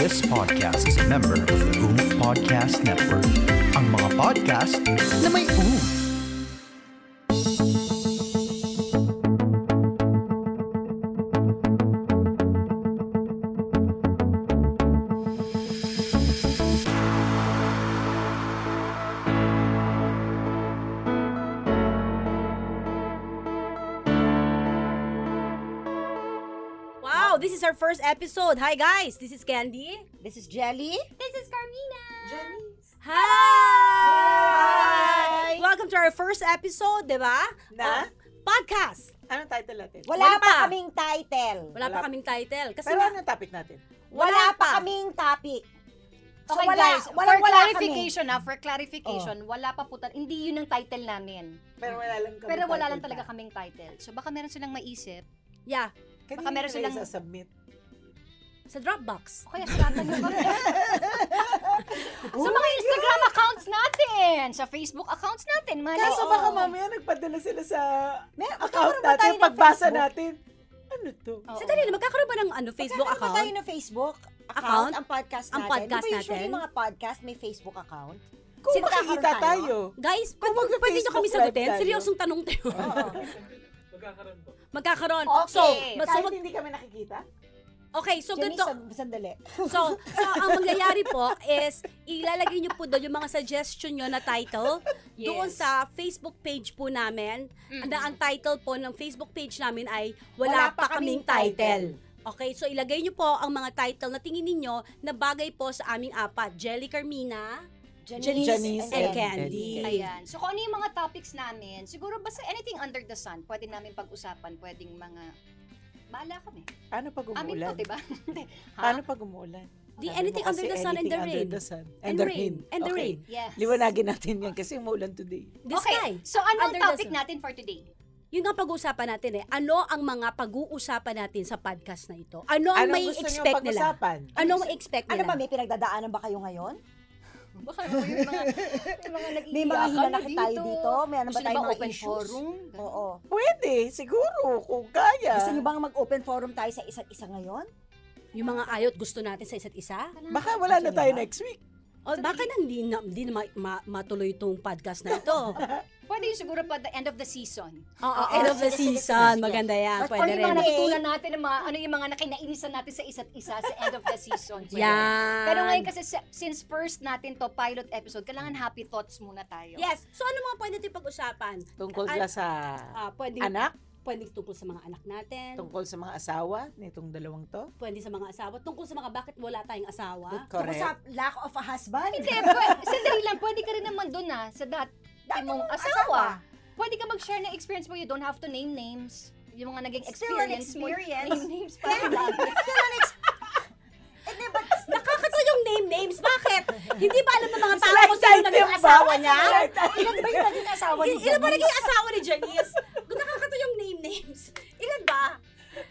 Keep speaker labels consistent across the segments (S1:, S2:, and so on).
S1: This podcast is a member of the OOF Podcast Network. Ang mga podcast na may OOF.
S2: Wow, this is our first episode. Hi guys, this is Candy.
S3: This is Jelly.
S4: This is Carmina.
S2: Hi! Welcome to our first episode, di ba?
S5: Na?
S2: Uh, podcast.
S5: Anong title natin?
S3: Wala,
S2: Wala
S3: pa.
S2: pa.
S3: kaming title.
S2: Wala, pa
S5: Wala.
S2: kaming title. Kasi
S5: Pero
S2: nga,
S5: anong topic natin?
S3: Wala,
S2: Wala
S3: pa
S2: pa.
S3: kaming topic. So,
S4: Okay
S3: wala,
S4: guys,
S3: wala,
S4: for
S3: wala
S4: clarification ah, for clarification, wala pa putan, hindi yun ang title namin.
S5: Pero wala lang kami
S4: Pero wala lang talaga kaming title. So baka meron silang maisip.
S2: yeah,
S5: Kaya
S4: Baka meron silang-
S5: sa submit.
S2: sa Dropbox.
S4: O kaya suratan nyo kami. sa mga Instagram accounts natin, sa Facebook accounts natin, malay.
S5: Kaso
S4: mo.
S5: baka mamaya nagpadala sila sa
S3: May,
S5: account
S3: magkakaroon ba tayo
S5: natin,
S3: ng
S5: pagbasa
S3: Facebook?
S5: natin. Ano to?
S4: Oo.
S2: Sa dali, magkakaroon ba ng ano, Facebook
S3: Magkakaroon ba tayo
S2: account?
S3: ng Facebook account,
S2: Account?
S3: ang podcast natin.
S2: Ang podcast
S3: Di ba usually
S2: natin?
S3: mga podcast may Facebook account?
S5: Kung
S3: Sino
S5: makikita
S3: kakaroon tayo?
S5: tayo.
S2: Guys, pwede,
S5: Kung magka-Facebook
S2: pwede nyo kami
S5: live
S2: sagutin?
S5: tayo.
S2: Seryosong tanong tayo. Magkakaroon.
S4: Okay.
S2: So, mas- so
S5: Kahit
S2: mag-
S5: hindi kami nakikita.
S2: okay, so
S3: Jenny,
S2: ganito.
S3: sab- sandali.
S2: So, so ang mangyayari po is ilalagay niyo po doon yung mga suggestion niyo na title
S4: Yes.
S2: doon sa Facebook page po namin.
S4: Mm-mm.
S2: Na ang title po ng Facebook page namin ay Wala, pa kaming title. Okay, so ilagay niyo po ang mga title na tingin ninyo na bagay po sa aming apat. Jelly Carmina.
S3: Janice,
S5: Janice
S3: and
S2: and
S3: Ken.
S2: Candy.
S4: Ayan. So kung ano yung mga topics namin, siguro basta anything under the sun, pwede namin pag-usapan, pwedeng mga... Bala kami.
S5: Ano pag
S4: Amin to,
S5: umuulan?
S4: diba? Ha?
S5: Ano pag umuulan?
S2: Di
S5: Sabi mo
S2: anything
S5: kasi
S2: under the sun and the
S5: anything
S2: rain.
S5: Under the sun. And, the rain.
S2: And the
S5: Okay.
S2: rain.
S4: Yes.
S5: Liwanagin natin yan kasi umuulan today.
S2: The sky.
S4: Okay, so ano ang
S2: Under the
S4: topic
S2: sun.
S4: natin for today?
S2: Yun ang pag-uusapan natin eh. Ano ang mga pag-uusapan natin sa podcast na ito? Ano ang may
S5: Anong gusto nyo
S2: expect nila?
S5: pag-usapan?
S2: Ano may expect
S3: Ano
S2: nila?
S3: ba, may pinagdadaanan ba kayo ngayon?
S4: Baka naman yung mga, yung mga nag-iiyakan
S3: May mga hinanakit tayo dito? May ano ba
S4: Gusto nyo
S3: tayong
S4: ba
S3: mga
S4: open
S3: issues?
S4: forum?
S3: Oo.
S5: Pwede, siguro, kung kaya.
S3: Gusto niyo bang mag-open forum tayo sa isa't isa ngayon?
S2: Yung mga ayot gusto natin sa isa't isa?
S5: Baka wala na
S3: Gusto nyo
S5: tayo
S3: ba?
S5: next week.
S2: O baka nang di na, di na ma- ma- matuloy itong podcast na ito.
S4: Pwede yung siguro pa the end of the season.
S2: Oo, end of the season. Maganda yan.
S3: But
S2: Pwede
S4: Pwede yung mga
S2: rin.
S4: natutunan natin, ng mga, ano yung mga nakinainisan natin sa isa't isa sa end of the season. Pwede.
S2: Yan.
S4: Pero ngayon kasi sa- since first natin to pilot episode, kailangan happy thoughts muna tayo.
S2: Yes. So ano mga pwede natin pag-usapan?
S5: Tungkol
S2: An-
S5: na sa
S2: Ah, pwede,
S5: anak,
S2: pwede tungkol sa mga anak natin,
S5: tungkol sa mga asawa nitong dalawang to.
S2: pwede sa mga asawa, tungkol sa mga bakit wala tayong asawa.
S3: Tungkol sa lack of a husband?
S4: Hindi, pwede, sandali lang, pwede ka rin naman doon ah, sa dati mong asawa. Pwede ka mag-share ng experience mo. You don't have to name names. Yung mga naging
S3: It's still an
S4: experience,
S3: experience.
S4: mo. Name names pa.
S3: Kaya nga, it's still an ex- Eh, Hindi, but
S2: Nakakatawa yung name names. Bakit? Hindi ba alam ng mga tao
S5: Like
S2: kung sino
S5: title
S2: naging
S5: ba?
S2: asawa niya?
S3: ilan ba yung naging asawa ni
S2: Il- ilan ba naging asawa ni Janice? Nakakatawa yung name names. Ilan ba?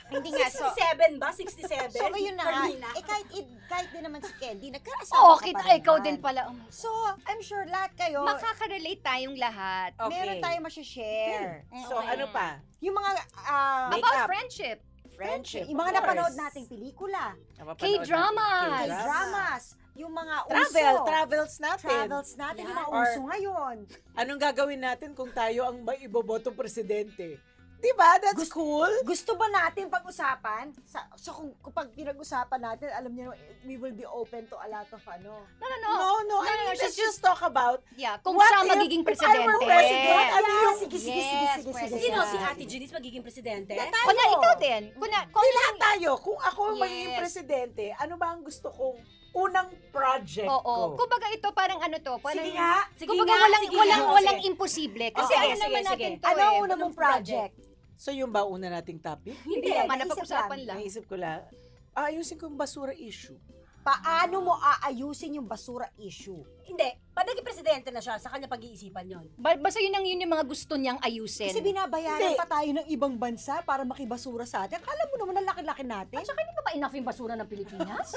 S3: Hindi nga, so,
S2: 67 ba? 67?
S3: so yun na nga.
S2: Carmina?
S3: Eh, kahit, id- kahit din naman si Candy, nagkaasawa
S4: Oo,
S3: ka
S4: kita.
S3: pa rin
S4: Ikaw
S3: naman.
S4: din pala. Oh my
S3: So, I'm sure lahat kayo,
S4: Makaka-relate tayong lahat.
S5: Okay.
S3: meron tayong masashare.
S5: So
S4: Okay.
S5: ano pa?
S3: Yung mga ah,
S5: Make-
S4: About
S5: up.
S4: friendship.
S5: Friendship.
S3: yung mga
S5: of
S3: napanood
S5: course.
S3: nating pelikula,
S5: Napapanood
S4: K-dramas.
S5: natin.
S3: yung
S4: Yes.
S3: dramas, yung mga
S5: Travel,
S3: uso,
S5: travels natin.
S3: travels natin, yung mga
S5: Yeah. Or-
S3: uso ngayon.
S5: Anong gagawin natin kung tayo ang may ibobotong presidente? Di ba? That's cool.
S3: Gusto ba natin pag-usapan? Sa, so kung, kung pag pinag-usapan natin, alam niyo, we will be open to a lot of ano.
S4: No, no, no.
S5: No, Oh. no, I
S4: no,
S5: mean,
S4: no,
S5: let's
S4: she's
S5: just talk about
S4: Yeah, kung
S5: What
S4: siya
S5: if I
S4: magiging
S5: were
S4: presidente.
S5: president? Ano
S3: Yeah,
S5: yung-
S3: sige, sige, sige,
S4: Yes,
S3: sige, sige.
S4: pwede
S2: Sino
S4: yan.
S2: si Ate Janice magiging presidente?
S3: Yeah, tayo.
S4: Kuna, ikaw din. Kuna, kung
S5: Di lahat tayo. Kung ako ang magiging
S4: Yes.
S5: presidente, ano ba ang gusto kong unang project ko?
S4: Oo. Kumbaga ito, parang ano to. Parang,
S5: Sige nga.
S2: Sige
S4: Kumbaga
S2: nga,
S4: walang,
S2: sige
S4: walang,
S2: nga.
S4: walang imposible. Kasi
S2: Oo,
S4: ano
S2: sige,
S4: naman
S2: sige.
S4: natin to
S3: Ano
S4: eh.
S3: ang una mong project?
S5: So yun ba una nating topic?
S4: Hindi
S3: Hindi,
S4: naman,
S3: naisip
S4: napag-usapan lang.
S5: Naisip ko lang. Ayusin ko yung basura issue.
S3: Paano mo aayusin yung basura issue?
S2: Hindi. Pag naging presidente na siya, sa kanya pag-iisipan yon.
S4: Ba- Basta yun ang yun yung mga gusto niyang ayusin.
S3: Kasi binabayaran
S5: Hindi.
S3: pa tayo ng ibang bansa para makibasura sa atin. Akala mo naman ang laki-laki natin.
S4: At saka hindi pa ba enough yung basura ng Pilipinas?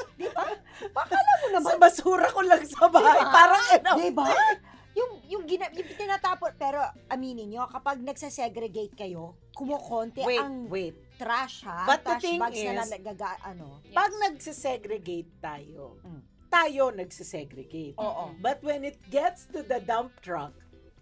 S3: Ano naman?
S5: Sa basura ko lang sa bahay. Parang ano.
S3: Di ba? Diba? Yung, yung, gina, yung tinatapon. Pero aminin nyo, kapag nagsasegregate kayo, kumukonti
S5: Wait,
S3: ang
S5: wait.
S3: trash ha.
S5: But
S3: trash
S5: the thing
S3: bags na
S5: is,
S3: lang nagaga, ano.
S5: Pag nagsisegregate tayo,
S3: Mm.
S5: tayo nagsisegregate.
S3: Oo.
S5: But when it gets to the dump truck,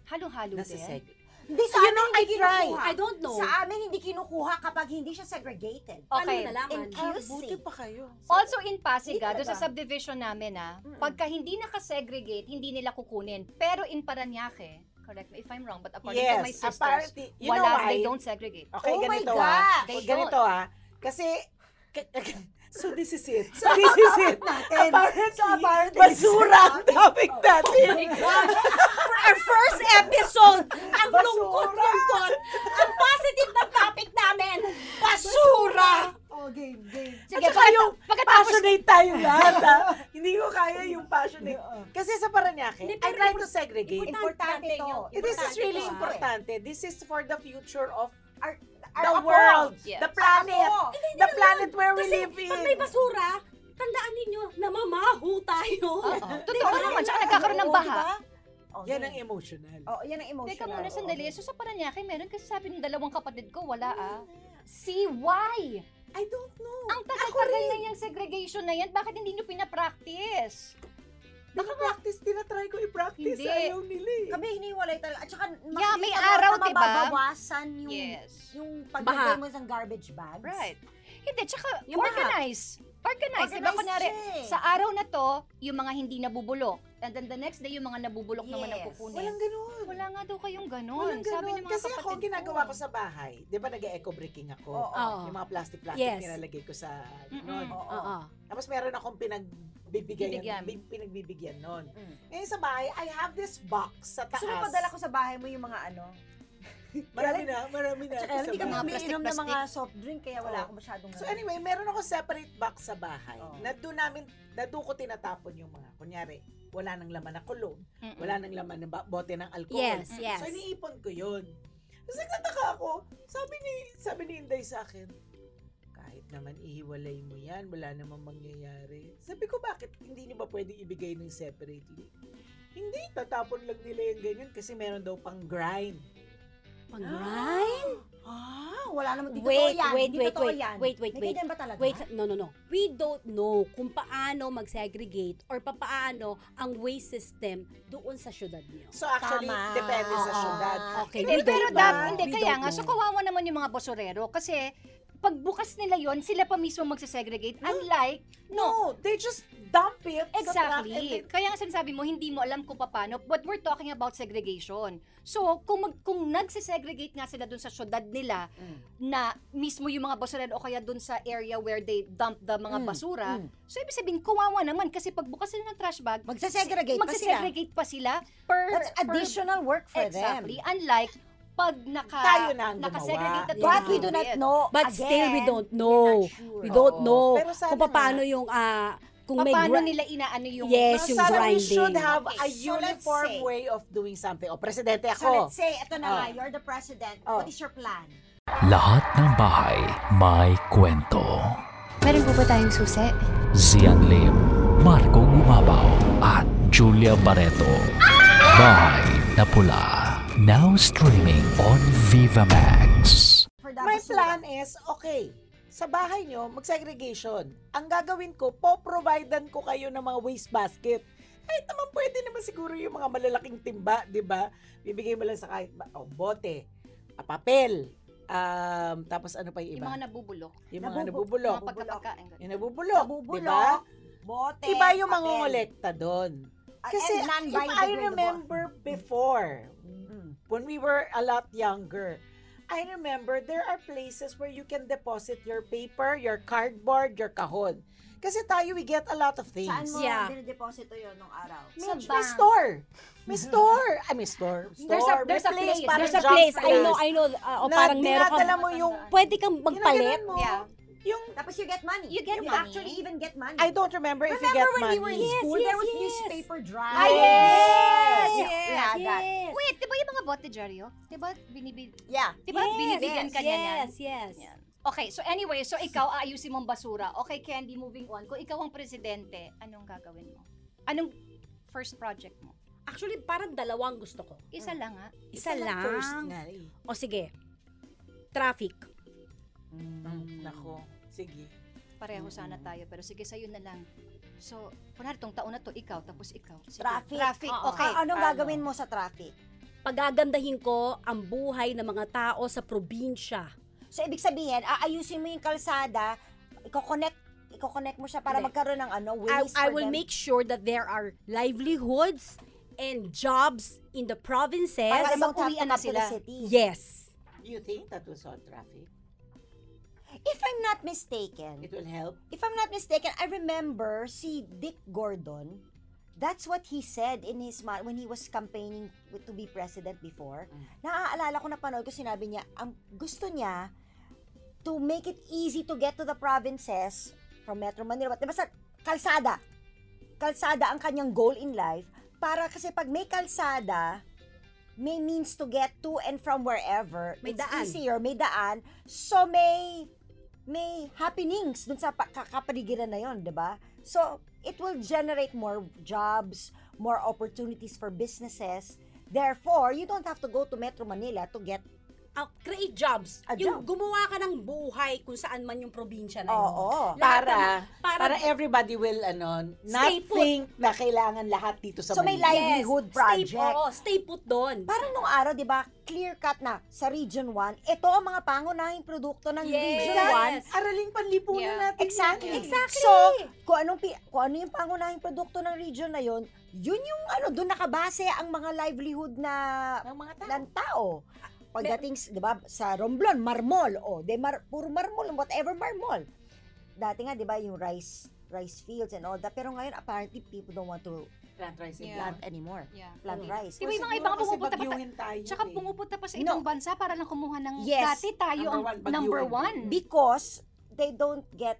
S4: Halo-halo din.
S5: nasisegregate.
S3: Hindi sa
S5: You
S3: amin
S5: know, I
S3: hindi
S5: try.
S3: kinukuha.
S2: I don't know. Oh.
S3: Sa amin hindi kinukuha kapag hindi siya segregated.
S2: Paano
S4: Okay.
S2: mo nalaman?
S3: In-
S5: Ah,
S3: You
S5: buti
S3: see.
S5: pa kayo.
S4: Also in Pasiga,
S3: Hindi
S4: doon sa
S3: talaga.
S4: subdivision namin ah,
S3: Mm-mm.
S4: pagka hindi nakasegregate, hindi nila kukunin. Pero in Paranaque, correct me if I'm wrong, but according to my
S5: yes,
S4: sisters,
S5: apparently, you know
S4: wala,
S5: why?
S4: they don't segregate.
S5: Okay,
S3: Oh my
S5: ganito
S3: gosh.
S5: ah.
S4: They
S5: Ganito ah. Kasi, so this is it. So this is it.
S3: Natin.
S5: apparently,
S3: So, apparently,
S5: basura ang topic natin.
S2: For our first episode, ang
S3: Basura!
S2: lungkot-lungkot, ang positive na topic namin, basura!
S3: Oh, game, game.
S4: Sige,
S5: At saka
S4: pagkata-
S5: yung
S4: pagkatapos,
S5: passionate tayo lahat ah. Hindi ko kaya yung passionate.
S3: Oo.
S5: Kasi sa Paranaque,
S2: Hindi,
S5: I
S2: pero
S5: try to segregate.
S3: Importante
S2: Importante
S3: to.
S2: yun.
S5: This is
S2: importante
S5: really
S2: to, ah.
S5: importante. This is for the future of
S3: Ay,
S5: the
S3: ako.
S5: world,
S4: Yes.
S5: the planet,
S3: Ako.
S5: the planet where we
S2: Kasi
S5: live in.
S2: pag may basura, tandaan ninyo, namamahu tayo.
S4: Oo, totoo naman, tsaka nagkakaroon ng
S3: Oo,
S4: baha.
S3: diba? Oh,
S5: Yan ang
S3: game.
S5: emotional.
S3: Oh, yan ang Oh, emotional.
S4: Teka muna,
S3: Oo.
S4: sandali. So sa Paranaque, meron kasi sabi ng dalawang kapatid ko, wala ah.
S3: Mm.
S4: Si Y!
S5: I don't know.
S4: Ang tagal-tagal na yung segregation na yan, bakit hindi nyo pinapractice?
S5: Baka practice, tinatry ko i-practice.
S4: Hindi.
S5: Ayaw nila eh.
S3: Kami hiniwalay talaga. At saka,
S4: Yeah, may
S3: makikita mo
S4: araw,
S3: na
S4: diba?
S3: mababawasan yung,
S4: Yes.
S3: yung
S2: Baha.
S3: paglagay mo sa garbage bags.
S4: Right. Hindi, tsaka
S2: Yung mga-
S4: organize. Organize. Diba
S3: Organized
S4: kunyari,
S3: siya eh.
S4: sa araw na to, yung mga hindi nabubulok. And then the next day, yung mga nabubulok naman ang
S3: Yes.
S4: kukunin.
S5: Walang ganun.
S4: Wala nga daw kayong ganun.
S5: Walang
S4: Sabi ng
S5: ganun.
S4: mga
S5: Kasi
S4: kapatid
S5: ako, ginagawa ko sa bahay. Di ba nag-eco breaking ako?
S3: Oo.
S2: Oo.
S5: Yung mga plastic-plastic
S2: Yes.
S5: nilalagay ko sa
S4: Mm-mm.
S5: noon.
S3: Oo.
S2: Oo.
S5: Tapos meron akong pinagbibigyan,
S4: Bibigyan.
S5: bi- pinagbibigyan noon.
S3: Mm.
S5: Ngayon sa bahay, I have this box sa
S3: Gusto
S5: taas.
S3: mo padala ko sa bahay mo yung mga ano?
S5: Marami na, marami na.
S3: At saka, hindi
S5: Sa
S3: kami
S5: bahay.
S4: mga
S3: umiinom ng
S4: plastic-plastic.
S3: mga soft drink, kaya wala
S5: Oo.
S3: akong masyadong
S5: So
S3: ano.
S5: anyway, meron ako separate box sa bahay.
S3: Oo.
S5: Na doon namin, na doon ko tinatapon yung mga, kunyari, wala nang laman na kulong,
S4: Mm-mm. Eh,
S5: wala nang laman na ba- bote ng alcohol.
S2: Yes,
S4: Mm.
S2: yes.
S5: So iniipon ko yun. Tapos nagtataka ako, sabi ni, sabi ni Inday sa akin, kahit naman ihiwalay mo yan, wala namang mangyayari. Sabi ko, bakit hindi niyo ba pwede ibigay ng separately? Hindi, tatapon lang nila yung ganyan kasi meron daw pang grind.
S2: Pang-grind?
S3: Ah, wala naman. Di
S2: Wait,
S3: totoo yan.
S2: wait,
S3: Di
S2: wait,
S3: totoo
S2: wait,
S3: yan.
S2: wait, wait,
S3: May
S2: wait.
S3: ganyan Ano ba talaga?
S2: Wait, no, no, no. We don't know kung paano mag-segregate or papaano ang waste system doon sa syudad niyo.
S5: So actually,
S3: Tama.
S5: depende sa
S3: Oo.
S5: syudad.
S2: Okay,
S4: Hindi,
S2: we don't
S4: pero
S2: know.
S4: dapat, hindi,
S2: We
S4: kaya
S2: don't
S4: nga,
S2: know.
S4: so kawawa naman yung mga bosorero. Kasi, pagbukas nila yon sila pa mismo magsasegregate. Unlike,
S5: No,
S4: no,
S5: they just dump it. sa truck and
S4: Exactly.
S5: then-
S4: Kaya nga sinasabi mo, hindi mo alam kung paano, but we're talking about segregation. So, kung, mag, kung nagsisegregate nga sila dun sa syudad nila,
S3: Mm.
S4: na mismo yung mga basuran o kaya dun sa area where they dump the mga
S3: Mm,
S4: basura,
S3: mm.
S4: so ibig sabihin, kawawa naman kasi pagbukas nila ng trash bag,
S3: Magsasegregate pa sila.
S4: magsasegregate pa sila. per,
S3: That's
S4: per-
S3: additional work for them.
S4: exactly. Unlike, pag naka,
S5: Tayo na ang gumawa.
S4: nakasegregate at
S3: But we
S4: nakakulit.
S3: do not know.
S2: But
S3: Again,
S2: still, we don't know.
S3: we're not sure.
S2: We don't
S5: Oo.
S2: know
S5: Pero sana
S2: kung paano yung, ah, kung may
S4: Paano
S2: gri-
S4: nila inaano yung...
S2: Yes,
S5: Well,
S2: yung
S5: sana we
S2: grinding.
S5: should have a
S3: Okay, so let's
S5: uniform
S3: say-
S5: way of doing something. O, presidente
S3: So
S5: ako.
S3: let's say, ito na
S5: Oh.
S3: nga, you're the president.
S5: Oh.
S3: What is your plan?
S1: Lahat ng bahay may kwento.
S6: Meron po ba tayong susi?
S1: Zian Lim, Marco Gumabaw, at Julia Barreto. Bahay na pula. Now streaming on Viva Max.
S3: For the
S5: My
S3: basura.
S5: plan is, okay, sa bahay nyo, mag-segregation. Ang gagawin ko, po-providean ko kayo ng mga waste basket. Kahit naman pwede naman siguro yung mga malalaking timba, di ba? Bibigay mo lang sa kahit, ba- o, bote, ah, papel, um, tapos ano pa yung
S4: Yung
S5: iba?
S4: mga nabubulok.
S5: Yung mga,
S3: Nabubu-
S5: nabubulok.
S4: Mga pagkapagkain. ganun.
S5: Yung nabubulok, di ba?
S2: diba?
S3: Nabubulok, bote,
S5: Iba
S3: papel.
S5: yung mangongolekta doon.
S3: Ah,
S5: Kasi
S3: and
S5: if
S3: non-biodegradable.
S5: I remember before,
S3: Mm.
S5: when we were a lot younger, I remember there are places where you can deposit your paper, your cardboard, your kahon. Kasi tayo, we get a lot of things.
S3: Saan mo
S2: Yeah.
S3: dinideposito yun nung araw?
S4: Sa
S5: May, may
S4: bank.
S5: store. May store. I mean, store. store.
S4: There's a- there's
S5: May
S4: a place.
S5: parang
S2: There's a
S5: junk
S2: place, I know, I know, ah, o
S5: na
S2: parang meron
S5: dinadala
S2: kang,
S5: mo yung
S2: pwede kang magpalit.
S5: ginaganon mo.
S4: Yeah.
S5: Yung,
S3: Tapos you get money.
S4: You get
S3: you
S4: money.
S3: actually even get money.
S5: I don't remember, if you
S3: Remember
S5: get
S3: when
S5: money.
S3: we were in
S2: Yes,
S3: school, there was
S2: yes, yes.
S3: newspaper drive.
S5: Ah, yes!
S3: Yeah, yeah, that.
S2: Yes.
S4: Wait, di ba yung mga bote, Jerry? oh? Di ba binibig...
S3: Yeah.
S4: Di ba
S2: Yes,
S4: binibigyan ka niya
S2: yes,
S4: niyan?
S2: yes.
S4: Yan. Okay, so anyway, so ikaw aayusin mong basura. Okay, Candy, moving on. Kung ikaw ang presidente, anong gagawin mo? Anong first project mo?
S2: Actually, parang dalawang gusto ko.
S3: Hmm.
S4: Isa lang ah.
S2: Isa,
S5: Isa
S2: lang.
S5: lang First nga eh.
S2: O sige, traffic.
S5: Nako, Mm, sige.
S4: Pareho sana tayo. Pero sige, sa'yo na lang. So, kunwari tong taon na to, ikaw, tapos ikaw. Sige.
S3: Traffic.
S4: Traffic,
S2: Oo.
S4: okay.
S3: Ah, anong
S4: paano?
S3: gagawin mo sa traffic?
S2: Pagagandahin ko ang buhay ng mga tao sa probinsya.
S3: So, ibig sabihin, aayusin mo yung kalsada, i-connect i-connect mo siya para
S2: Hindi.
S3: magkaroon ng ano,
S2: I,
S3: ways
S2: I
S3: for
S2: will
S3: them.
S2: make sure that there are livelihoods and jobs in the provinces.
S3: para
S4: Yes.
S3: mag-uwian
S4: Mauwian
S3: na
S4: na
S3: sila.
S4: sila.
S3: City.
S2: yes.
S5: You think that will solve traffic?
S3: If I'm not mistaken,
S5: It will help?
S3: if I'm not mistaken, I remember si Dick Gordon, that's what he said in his ma- when he was campaigning with- to be president before.
S5: Mm.
S3: Naaalala ko na panood ko sinabi niya, ang gusto niya to make it easy to get to the provinces from Metro Manila. But basta kalsada. Kalsada ang kanyang goal in life para kasi pag may kalsada, may means to get to and from wherever.
S2: May
S3: it's
S2: daan.
S3: easier, may daan. So may may happenings dun sa pa- ka- kapaligiran na yon, 'di ba? So it will generate more jobs, more opportunities for businesses. Therefore, you don't have to go to Metro Manila to get
S2: Uh, create jobs.
S3: Ah,
S2: yung
S3: jobs.
S2: gumawa ka ng buhay kung saan man yung probinsya na yun.
S3: Oo.
S2: Lahat ng-
S5: Para,
S2: para,
S5: para everybody will, ano, not
S2: Stay put.
S5: think na kailangan lahat dito sa
S3: So may life-
S5: Manila.
S3: livelihood
S2: Stay,
S3: project.
S2: oo, stay put doon.
S3: Parang nung araw, di ba, clear cut na sa Region 1, ito ang mga pangunahing produkto ng
S2: Yes.
S3: Region
S2: Yes.
S3: 1.
S5: Araling panlipunan
S4: Yeah.
S5: natin.
S3: Exactly.
S5: yan.
S2: Exactly.
S3: So, kung, anong, pi- kung ano yung pangunahing produkto ng region na yon, yun yung ano, doon nakabase ang mga livelihood na
S5: Ng mga tao.
S3: ng tao. Pagdating, s- di ba, sa Romblon, marmol, o, de mar, puro marmol, whatever marmol. Dati nga, di ba, yung rice rice fields and all that. Pero ngayon, apparently, people don't want to
S5: Plant rice and
S4: Yeah.
S3: plant
S5: plant.
S3: anymore.
S4: Yeah.
S3: Plant
S5: Mm.
S3: rice.
S4: Di ba yung mga
S5: Siguro
S4: ibang
S5: kasi
S4: pumupunta pa
S5: bagyuhin tayo
S4: Tsaka
S5: eh.
S4: pumunta pa sa
S3: No.
S4: ibang bansa para lang kumuha ng
S3: Yes.
S4: dati tayo
S5: Number
S4: ang
S5: one, bagyuhin.
S4: number one.
S3: because they don't get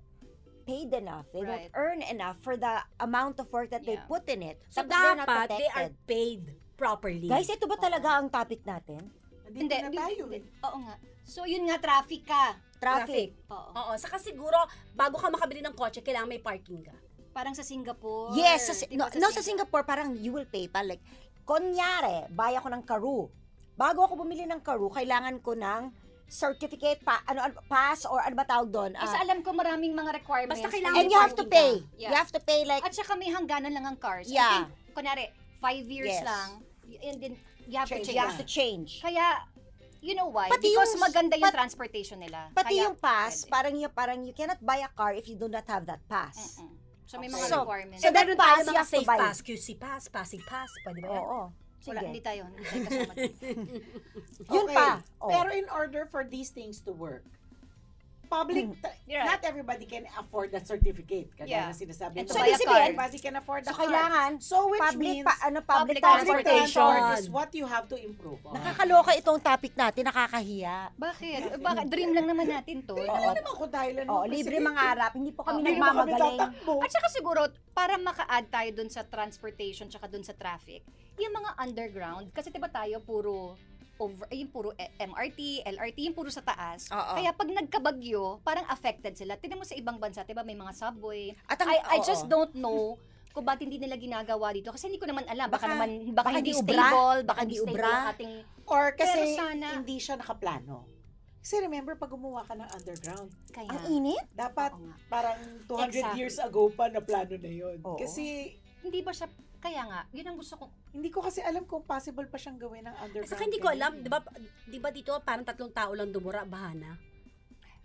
S3: paid enough. They
S4: Right.
S3: don't earn enough for the amount of work that they
S4: Yeah.
S3: put in it.
S2: so,
S3: Tapos they're not
S2: dapat they are
S3: protected.
S2: paid properly.
S3: Guys, ito ba talaga ang topic natin?
S5: Nandito
S4: Hindi,
S5: na
S4: di-
S5: tayo
S4: di-
S5: eh.
S4: Oo nga. So yun nga, traffic ka.
S3: Traffic.
S4: Oo.
S2: Oo. Saka siguro, bago ka makabili ng kotse, kailangan may parking ka.
S4: Parang sa Singapore.
S3: Yes, sa,
S4: Di
S3: no,
S4: ba
S3: no, sa Singapore, parang you will pay pa. Like, kunyari, buy ako ng Karu. Bago ako bumili ng Karu, kailangan ko ng certificate, pa, ano, ano, pass, or ano ba tawag doon?
S4: Kasi
S3: Ah,
S4: alam ko maraming mga requirements.
S2: Basta kailangan
S3: and
S2: may
S3: you have to pay.
S4: parking ka.
S3: You
S4: Yeah.
S3: have to pay like,
S4: At saka may hangganan lang ang cars. I
S3: Yeah.
S4: think, kunwari, five years
S3: Yes.
S4: lang, y- and then you have
S5: Change
S4: to
S3: you
S4: change.
S3: have to change.
S4: Kaya, you know why?
S3: Pati
S4: Because
S3: yung-
S4: maganda yung
S3: pat-
S4: transportation nila.
S3: Pati
S4: Kaya
S3: yung pass,
S4: pwede.
S3: parang, yung, parang you cannot buy a car if you do not have that pass.
S4: Mm-mm. So may mga
S3: So,
S4: requirements.
S3: so that
S2: meron
S3: pass,
S2: tayo
S3: you
S2: mga
S3: have to
S2: safe
S3: buy.
S2: pass, QC pass, passing pass, pwede ba yan?
S3: Oo. Sige.
S4: Wala, hindi tayo. Hindi tayo kasama dito.
S3: Yun
S5: Okay.
S3: pa. Oh.
S5: Pero in order for these things to work, public, ta-
S4: You're right.
S5: not everybody can afford that certificate. Kaya
S4: Yeah.
S5: na sinasabi
S4: And
S5: nito,
S3: to buy
S5: "Not
S3: a car."
S5: everybody can afford
S3: so,
S5: the car.
S3: kailangan,
S5: So which
S3: public,
S5: means,
S3: pa, ano, public,
S5: public
S4: public
S3: transportation.
S5: transport is
S2: transportation.
S5: what you have to improve on.
S3: Nakakaloka itong topic natin, nakakahiya.
S4: Bakit? Baka dream lang naman natin to.
S5: Tingnan mo naman kung ano? tayo lang
S3: Oh,
S5: ng
S3: libre
S5: facility.
S3: mangarap, hindi po kami
S4: Oo.
S5: Hindi naman kami
S3: nagmamagaling.
S5: tatakbo.
S4: At saka siguro, para maka-add tayo dun sa transportation tsaka dun sa traffic, yung mga underground, kasi diba tayo puro over, ay, yung puro eh, MRT, LRT, yung puro sa taas.
S3: Oo.
S4: Kaya pag nagkabagyo, parang affected sila. Tignan mo sa ibang bansa, diba may mga subway.
S3: At ang-
S4: I, I
S3: oo.
S4: just don't know kung ba't hindi nila ginagawa dito. Kasi hindi ko naman alam.
S3: Baka-
S4: Baka, naman, baka,
S3: baka
S4: hindi
S3: di
S2: Ah.
S3: ubra.
S4: stable,
S3: Baka
S4: baka
S3: di
S4: hindi stable
S3: ubra.
S4: ang ating...
S5: Or kasi
S4: Pero sana-
S5: hindi siya nakaplano. Kasi remember, pag gumawa ka ng underground,
S4: Kaya,
S3: Ang init?
S5: dapat
S4: oo nga.
S5: parang 200
S4: Exactly.
S5: years ago pa na plano na yun.
S3: Oo.
S5: Kasi
S4: hindi ba siya, kaya nga, yun ang gusto ko.
S5: hindi ko kasi alam kung possible pa siyang gawin ng underground.
S2: Saka hindi ko
S5: canal.
S2: alam, di ba, di ba dito parang tatlong tao lang dumura, bahana?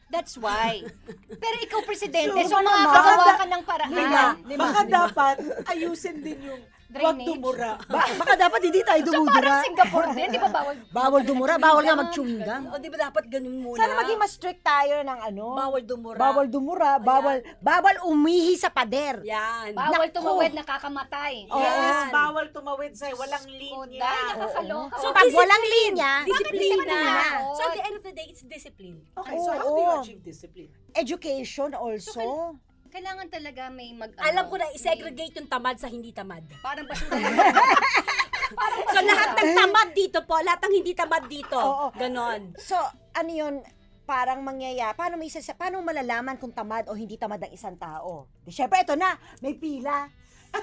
S4: That's why. Pero ikaw, presidente,
S5: Sure
S4: so,
S5: ba naman?
S4: makakagawa ka ng paraan.
S5: Lima, Baka dapat ayusin din yung wag
S4: Drainage.
S5: dumura.
S3: Ba- baka dapat hindi tayo dumudura.
S4: Singapore din, di ba bawal?
S3: Bawal dumura, bawal nga mag-chewing gum.
S2: O, di ba dapat ganun muna?
S3: Sana maging mas strict tayo ng ano.
S2: Bawal dumura.
S3: Bawal dumura, bawal bawal umihi sa pader.
S2: Yan.
S4: Bawal
S3: Nako.
S4: tumuwid, nakakamatay.
S2: Oh.
S5: Yes,
S2: Yan.
S5: bawal tumawid sa'yo. Walang
S4: O,
S5: linya.
S4: dahil nakakaloka. Oh,
S2: So,
S3: Pag
S2: discipline.
S3: walang linya,
S2: Disiplina.
S4: Disiplina.
S2: So, at the end of the day, it's discipline.
S5: Okay, so how do you
S3: Oo.
S5: achieve discipline?
S3: education
S4: So, kal-
S3: also.
S4: Kailangan talaga may mag...
S2: Alam
S4: ano,
S2: ko na,
S4: may-
S2: isegregate yung tamad sa hindi tamad.
S4: Parang basura. Parang
S2: So, lahat ng tamad dito po, lahat ng hindi tamad dito.
S3: Eh? Oo.
S2: Ganon.
S3: So, ano yun, parang mangyaya, paano may isa, paano malalaman kung tamad o hindi tamad ang isang tao? Di syempre, ito na, may pila.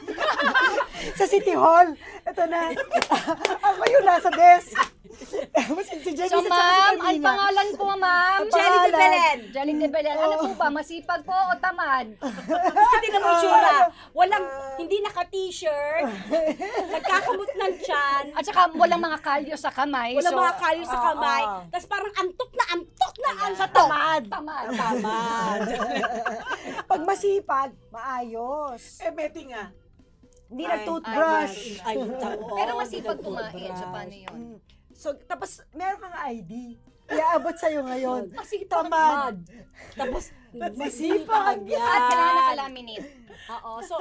S3: sa City Hall. Ito na. Ako yung nasa desk. si, si Jenny
S4: So,
S3: sa
S4: ma'am,
S3: si
S4: ang
S3: Carmina.
S4: pangalan po, ma'am.
S3: Ang Jelly de pangalan. Belen.
S4: Jelly de Belen. Ano po ba? Masipag po o tamad?
S2: Kasi tinan mo yung tsura.
S3: Ah.
S2: Walang, hindi naka-t-shirt, nagkakamot ng tiyan,
S4: At saka, walang mga kalyo sa kamay.
S2: walang
S4: so,
S2: mga kalyo sa
S3: oo,
S2: kamay,
S3: oo.
S2: tapos parang antok na antok na ang sa to.
S3: ah. Tamad.
S4: Tamad.
S2: Tama.
S3: Pag masipag, maayos.
S5: Eh, Betty nga.
S3: Hindi
S5: Ay,
S3: nag-toothbrush.
S2: Ay, tao.
S4: Pero masipag kumain. So, paano yun?
S3: Mm. So, tapos, meron kang ID. Iaabot sa'yo ngayon.
S4: Masipag.
S3: Tamad.
S2: Tapos,
S3: Masipag
S2: masipag
S4: At kailangan
S2: yan.
S4: nakalaminate.
S2: Oo, so,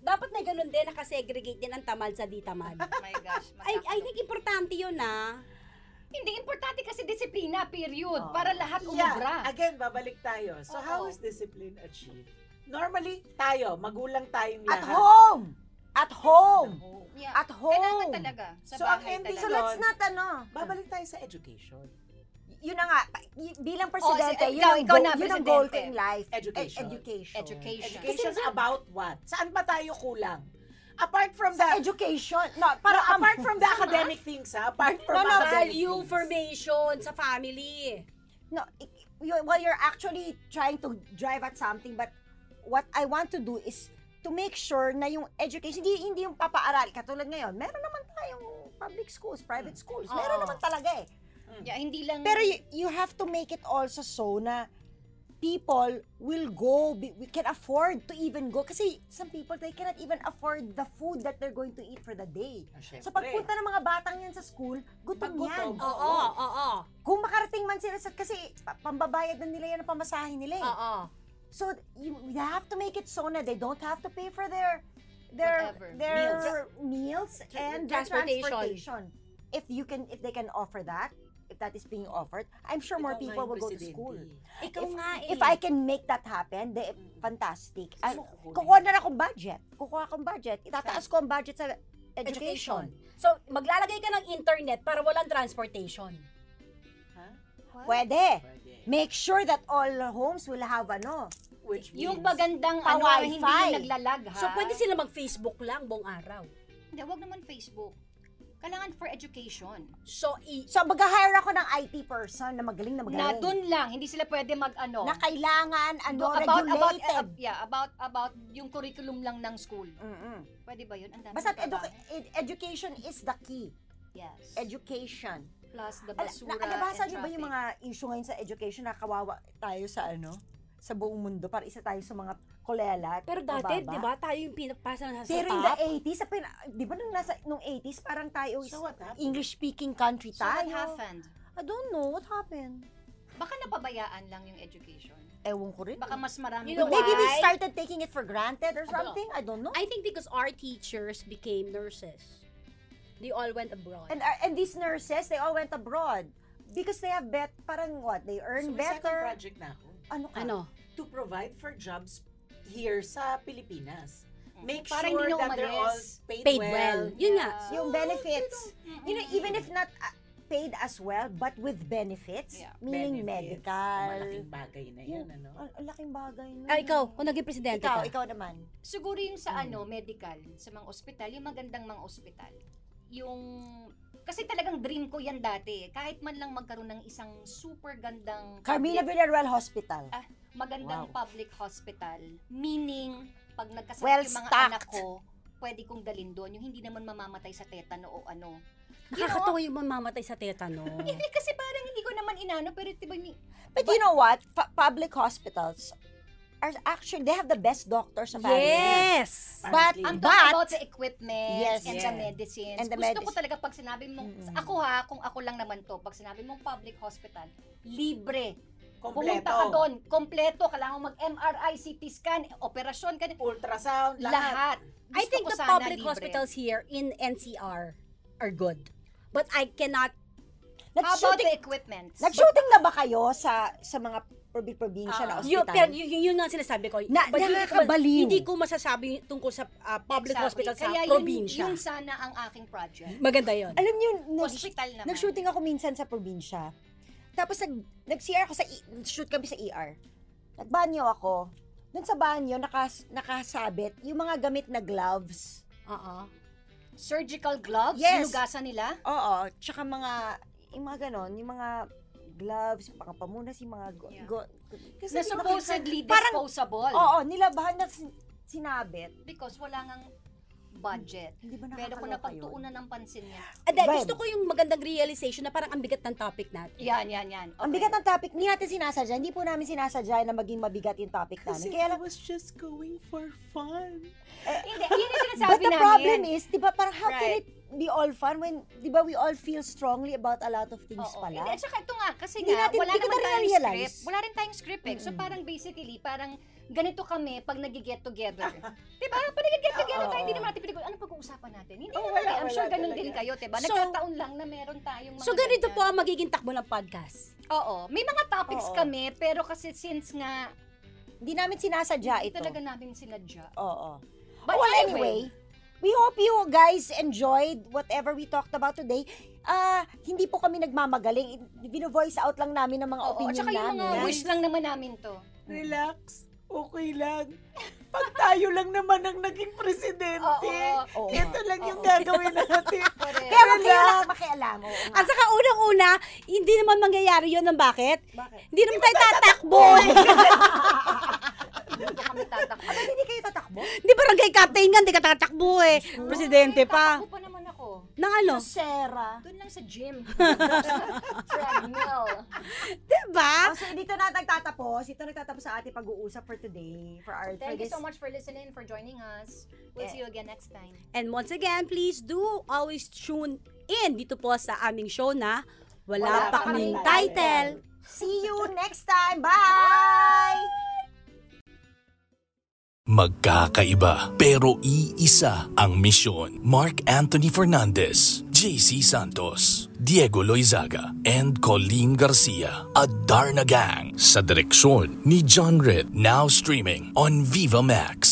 S2: dapat na ganun din, nakasegregate din ang tamad sa di tamad.
S4: Oh my gosh.
S2: I,
S4: masakit.
S2: I think importante yun ah. na.
S4: Hindi, importante kasi disiplina, period.
S3: Oh.
S4: Para lahat
S5: Yeah,
S4: umubra.
S5: again, babalik tayo. So,
S4: Oo.
S5: how is discipline achieved? Normally, tayo, magulang tayong
S3: At
S5: lahat.
S3: home! At home!
S4: Yeah.
S3: At home!
S4: Kailangan talaga. Sa
S5: So, ang
S4: bahay
S5: ending
S3: So,
S4: talaga.
S3: let's not, ano,
S5: Babalik tayo sa education.
S3: yun na nga, y- bilang presidente,
S4: Oh, si-
S3: yun,
S4: ikaw-
S3: ang
S4: ikaw
S3: goal,
S4: na,
S3: yun ang goal ko
S4: presidente.
S3: in life.
S5: Education.
S3: Eh, education.
S4: Education.
S5: Education about what? Saan ba tayo kulang? Apart from
S3: Sa
S5: the...
S3: education. No, para
S5: no,
S4: um,
S5: apart from the academic things, ha? Apart from
S2: No, no,
S5: academic
S2: value
S5: things.
S2: formation sa family.
S3: no, ik- you- well, you're actually trying to drive at something, but what I want to do is to make sure na yung education, hindi, hindi yung papaaral. Katulad ngayon, meron naman tayong public schools, private schools. Meron
S4: Hmm. Oo.
S3: naman talaga eh.
S4: Yeah, hindi lang...
S3: Pero you, you have to make it also so na people will go, be- we can afford to even go. Kasi some people, they cannot even afford the food that they're going to eat for the day.
S5: Ah, syempre.
S3: So pagpunta ng mga batang yan sa school, gutom
S2: Oo,
S3: yan.
S5: Paggutom.
S2: oo, oo.
S3: Kung makarating man sila sa, kasi pa- pambabayad na nila yan ang pamasahe nila eh.
S2: Oo.
S3: So you, you have to make it so na they don't have to pay for their their
S4: Whatever.
S3: their meals,
S2: Tra-
S3: and their
S2: transportation.
S3: transportation. If you can if they can offer that, if that is being offered, I'm sure more
S5: Ikaw nga
S3: people
S5: yung
S3: will go to
S5: presidente.
S3: school.
S2: Ikaw
S3: If-
S2: nga eh.
S3: If I can make that happen, de, fantastic. Ay,
S5: Saan mo kukunin?
S3: kukuha na lang akong budget. Kukuha akong budget. Itataas ko ang budget sa education.
S2: So, maglalagay ka ng internet para walang transportation.
S5: Ha?
S3: Pwede.
S5: Pwede.
S3: Make sure that all homes will have ano.
S5: Which means,
S4: Yung magandang ano,
S3: Pa-wifi.
S4: hindi yung naglalag, ha?
S2: So, pwede sila mag-Facebook lang buong araw.
S4: Hindi, wag naman Facebook. Kailangan for education.
S2: So, i-
S3: So, mag-hire ako ng IT person na magaling na magaling.
S4: Na dun lang, hindi sila pwede mag-ano.
S3: na kailangan ano,
S4: Do- about,
S3: regulated.
S4: uh, yeah, about, about yung curriculum lang ng school.
S3: Mm-mm.
S4: Pwede ba yun? Ang dami
S3: Basta
S4: ng trabaho.
S3: edu- ed- education is the key.
S4: Yes.
S3: Education.
S4: Plus the
S3: Ala,
S4: basura
S3: na, nabasa
S4: and
S3: niyo ba yung
S4: traffic.
S3: mga issue ngayon sa education na kawawa tayo sa ano? Sa buong mundo para isa tayo sa mga kolelat.
S2: pero dati,
S3: mababa.
S2: di ba, tayo yung pinapasa na sa
S3: Pero in the
S2: top.
S3: 80s, sa pina- di ba nung nasa nung 80s parang tayo
S5: So what happened?
S3: English-speaking country
S4: So what
S3: tayo.
S4: happened?
S3: I don't know what happened.
S4: Baka napabayaan lang yung education.
S3: Ewan ko rin.
S4: Baka mas marami.
S2: You know
S3: But maybe we
S2: why?
S3: started taking it for granted or
S2: Ano?
S3: something. I don't know.
S2: I think because our teachers became nurses. They all went abroad.
S3: And uh, and these nurses, they all went abroad because they have bet parang what? They
S5: so
S3: earn
S5: may second
S3: better.
S5: project na ako.
S3: Ano ka?
S2: ano?
S5: To provide for jobs here sa Pilipinas.
S3: Mm.
S5: Make
S4: Para
S5: sure
S4: Mm. hindi na
S5: that they're all
S4: umalis.
S5: paid,
S2: Paid
S5: well.
S2: well. Yun nga.
S4: Yeah. Mm.
S3: Yung benefits. You know, even if not uh, paid as well, but with benefits,
S4: Yeah.
S3: meaning
S5: Benefits.
S3: medical.
S5: Malaking bagay na
S3: Yun.
S5: yun, ano?
S3: Ang ang laking bagay na.
S2: Ah, ikaw, kung naging presidente
S3: Ikaw,
S2: ka.
S3: ikaw naman.
S4: Siguro yung sa
S3: Hmm.
S4: ano, medical, sa mga ospital, yung magandang mga ospital. Yung, kasi talagang dream ko yan dati. eh. Kahit man lang magkaroon ng isang super gandang
S3: Carmina
S4: public-
S3: Villarreal Hospital.
S4: Ah, magandang public hospital. Meaning, pag nagkasakit
S3: Well
S4: yung mga
S3: stocked.
S4: anak ko, pwede kong dalhin doon. Yung hindi naman mamamatay sa tetano o ano. You know,
S2: Nakakatawa yung mamamatay sa tetano.
S4: hindi kasi parang hindi ko naman inano, pero diba ni...
S3: But you know what? Fu- public hospitals are actually, they have the best doctors about it.
S2: yes!
S3: But,
S5: Apparently.
S4: I'm
S3: but,
S4: talking about the equipment
S3: Yes.
S4: and the
S5: Yeah.
S4: medicines.
S3: And the
S4: Gusto ko
S3: medicine.
S4: talaga pag sinabi mong,
S3: Mm-mm.
S4: ako ha, kung ako lang naman to, pag sinabi mong public hospital, libre.
S5: Kompleto.
S4: Pumunta ka doon, kompleto, kailangan mo mag-MRI, CT scan, operasyon, ganun.
S5: Ultrasound, lahat.
S4: Lahat.
S2: I
S4: Gusto
S2: think
S4: ko
S2: the
S4: sana
S2: public
S4: libre.
S2: hospitals here in NCR are good. But I cannot,
S4: How about the equipment?
S3: Nag-shooting na ba kayo sa sa mga probi- probinsya na
S4: Ah.
S2: yun, pero
S3: ospital?
S2: yun, yun nga sinasabi ko.
S3: Na-
S2: But hindi ko ma-
S3: nakakabaliw.
S2: Hindi ko masasabi tungkol sa ah, public hospital sa
S4: Kaya
S2: probinsya. Hmm?
S4: Yun, yun sana ang aking project.
S2: Maganda yun.
S3: Alam niyo, nag-
S4: Hospital naman.
S3: nag-shooting ako minsan sa probinsya. Tapos nag, nag-CR ako sa, E- shoot kami sa ER. Nagbanyo ako. Doon sa banyo, nakas, nakasabit yung mga gamit na gloves.
S2: Oo.
S4: Surgical gloves?
S3: Yes.
S4: Hinugasan nila?
S3: Oo, tsaka mga, yung mga ganon, yung mga gloves, yung mga pamunas, yung mga go,
S4: Yeah.
S3: go-
S5: Kasi
S4: Na
S5: di ba
S4: supposedly
S3: Parang-
S4: disposable.
S3: Oo, nilabahan na sin- sinabit.
S4: Because wala ngang budget.
S3: Hindi ba
S4: Pero kung
S3: Hmm. nakakaloka yun?
S4: napagtuunan ng pansin niya.
S2: Ade,
S3: Vibe.
S2: gusto ko yung magandang realization na parang ang bigat ng topic natin.
S4: Yan, yan, yan. Okay.
S3: Ang bigat ng topic, hindi natin sinasadya. Hindi po namin sinasadya na maging mabigat yung topic namin.
S5: Kasi
S3: Kaya
S5: I
S3: lang,
S5: was just going for fun.
S4: Hindi, yun yung sinasabi
S3: but the
S4: namin.
S3: problem is, di ba, parang how can
S4: Right.
S3: it be all fun when, di ba, we all feel strongly about a lot of things
S4: Oo.
S3: pala?
S4: Hindi, at saka ito nga, kasi
S3: Hindi
S4: nga,
S3: natin-
S4: wala
S3: hindi ko
S4: naman
S3: na
S4: tayong
S3: realize.
S4: script. Wala rin tayong script eh. So
S3: Mm-mm.
S4: parang basically, parang ganito kami pag nag-get together. diba? Pag nag-get together tayo, hindi naman natin pinag- ano pag-uusapan natin? Hindi
S5: Oh,
S4: naman
S5: wala,
S4: eh. I'm sure
S5: wala
S4: ganun
S5: talaga.
S4: din kayo, diba?
S2: So-
S4: Nagkataon lang na meron tayong mga
S2: So ganito
S4: ganyan.
S2: po ang magiging takbo ng podcast.
S4: Oo. May mga topics
S3: Oo.
S4: kami, pero kasi since nga,
S3: Hindi namin sinasadya
S4: hindi
S3: ito.
S4: talaga namin sinadya.
S3: Oo.
S4: But
S3: well, anyway, we hope you guys enjoyed whatever we talked about today. Ah, hindi po kami nagmamagaling. Bino-voice out lang namin ng mga
S4: Oo, at
S3: opinion
S4: saka yung
S3: namin.
S4: mga wish lang naman namin to.
S5: Relax. Okay lang. Pag tayo lang naman ang naging
S4: Oo,
S5: presidente,
S3: Oo.
S5: ito lang yung
S4: Oo.
S5: gagawin natin.
S4: correct.
S3: Kaya wag kayo lang makialam. Oo nga.
S4: Ah.
S2: At saka unang-una, hindi naman mangyayari yon ng bakit?
S5: Bakit?
S2: Hindi naman tayo tatakbo! eh.
S4: Hindi kami tatakbo.
S3: Ba't ah, hindi kayo tatakbo?
S2: Hindi barangay captain nga, hindi ka tatakbo eh. Presidente pa.
S4: Tatakbo pa naman ako.
S2: Nang ano?
S3: So, Sarah.
S4: Doon lang sa gym. Treadmill.
S2: Diba?
S3: Oh, so, dito na nagtatapos. Dito nagtatapos sa ating pag-uusap for today. For our, for
S4: Thank you
S3: this.
S4: so much for listening, for joining us. We'll see you again next time.
S2: And once again, please do always tune in dito po sa aming show na Wala,
S4: Wala
S2: pa
S4: Pa
S2: kaming
S4: Kaming
S2: title.
S3: See you next time. Bye!
S7: Magkakaiba pero iisa ang misyon. Mark Anthony Fernandez, JC Santos, Diego Loizaga, and Colleen Garcia. A Darna Gang sa direksyon ni John Red. Now streaming on Viva Max.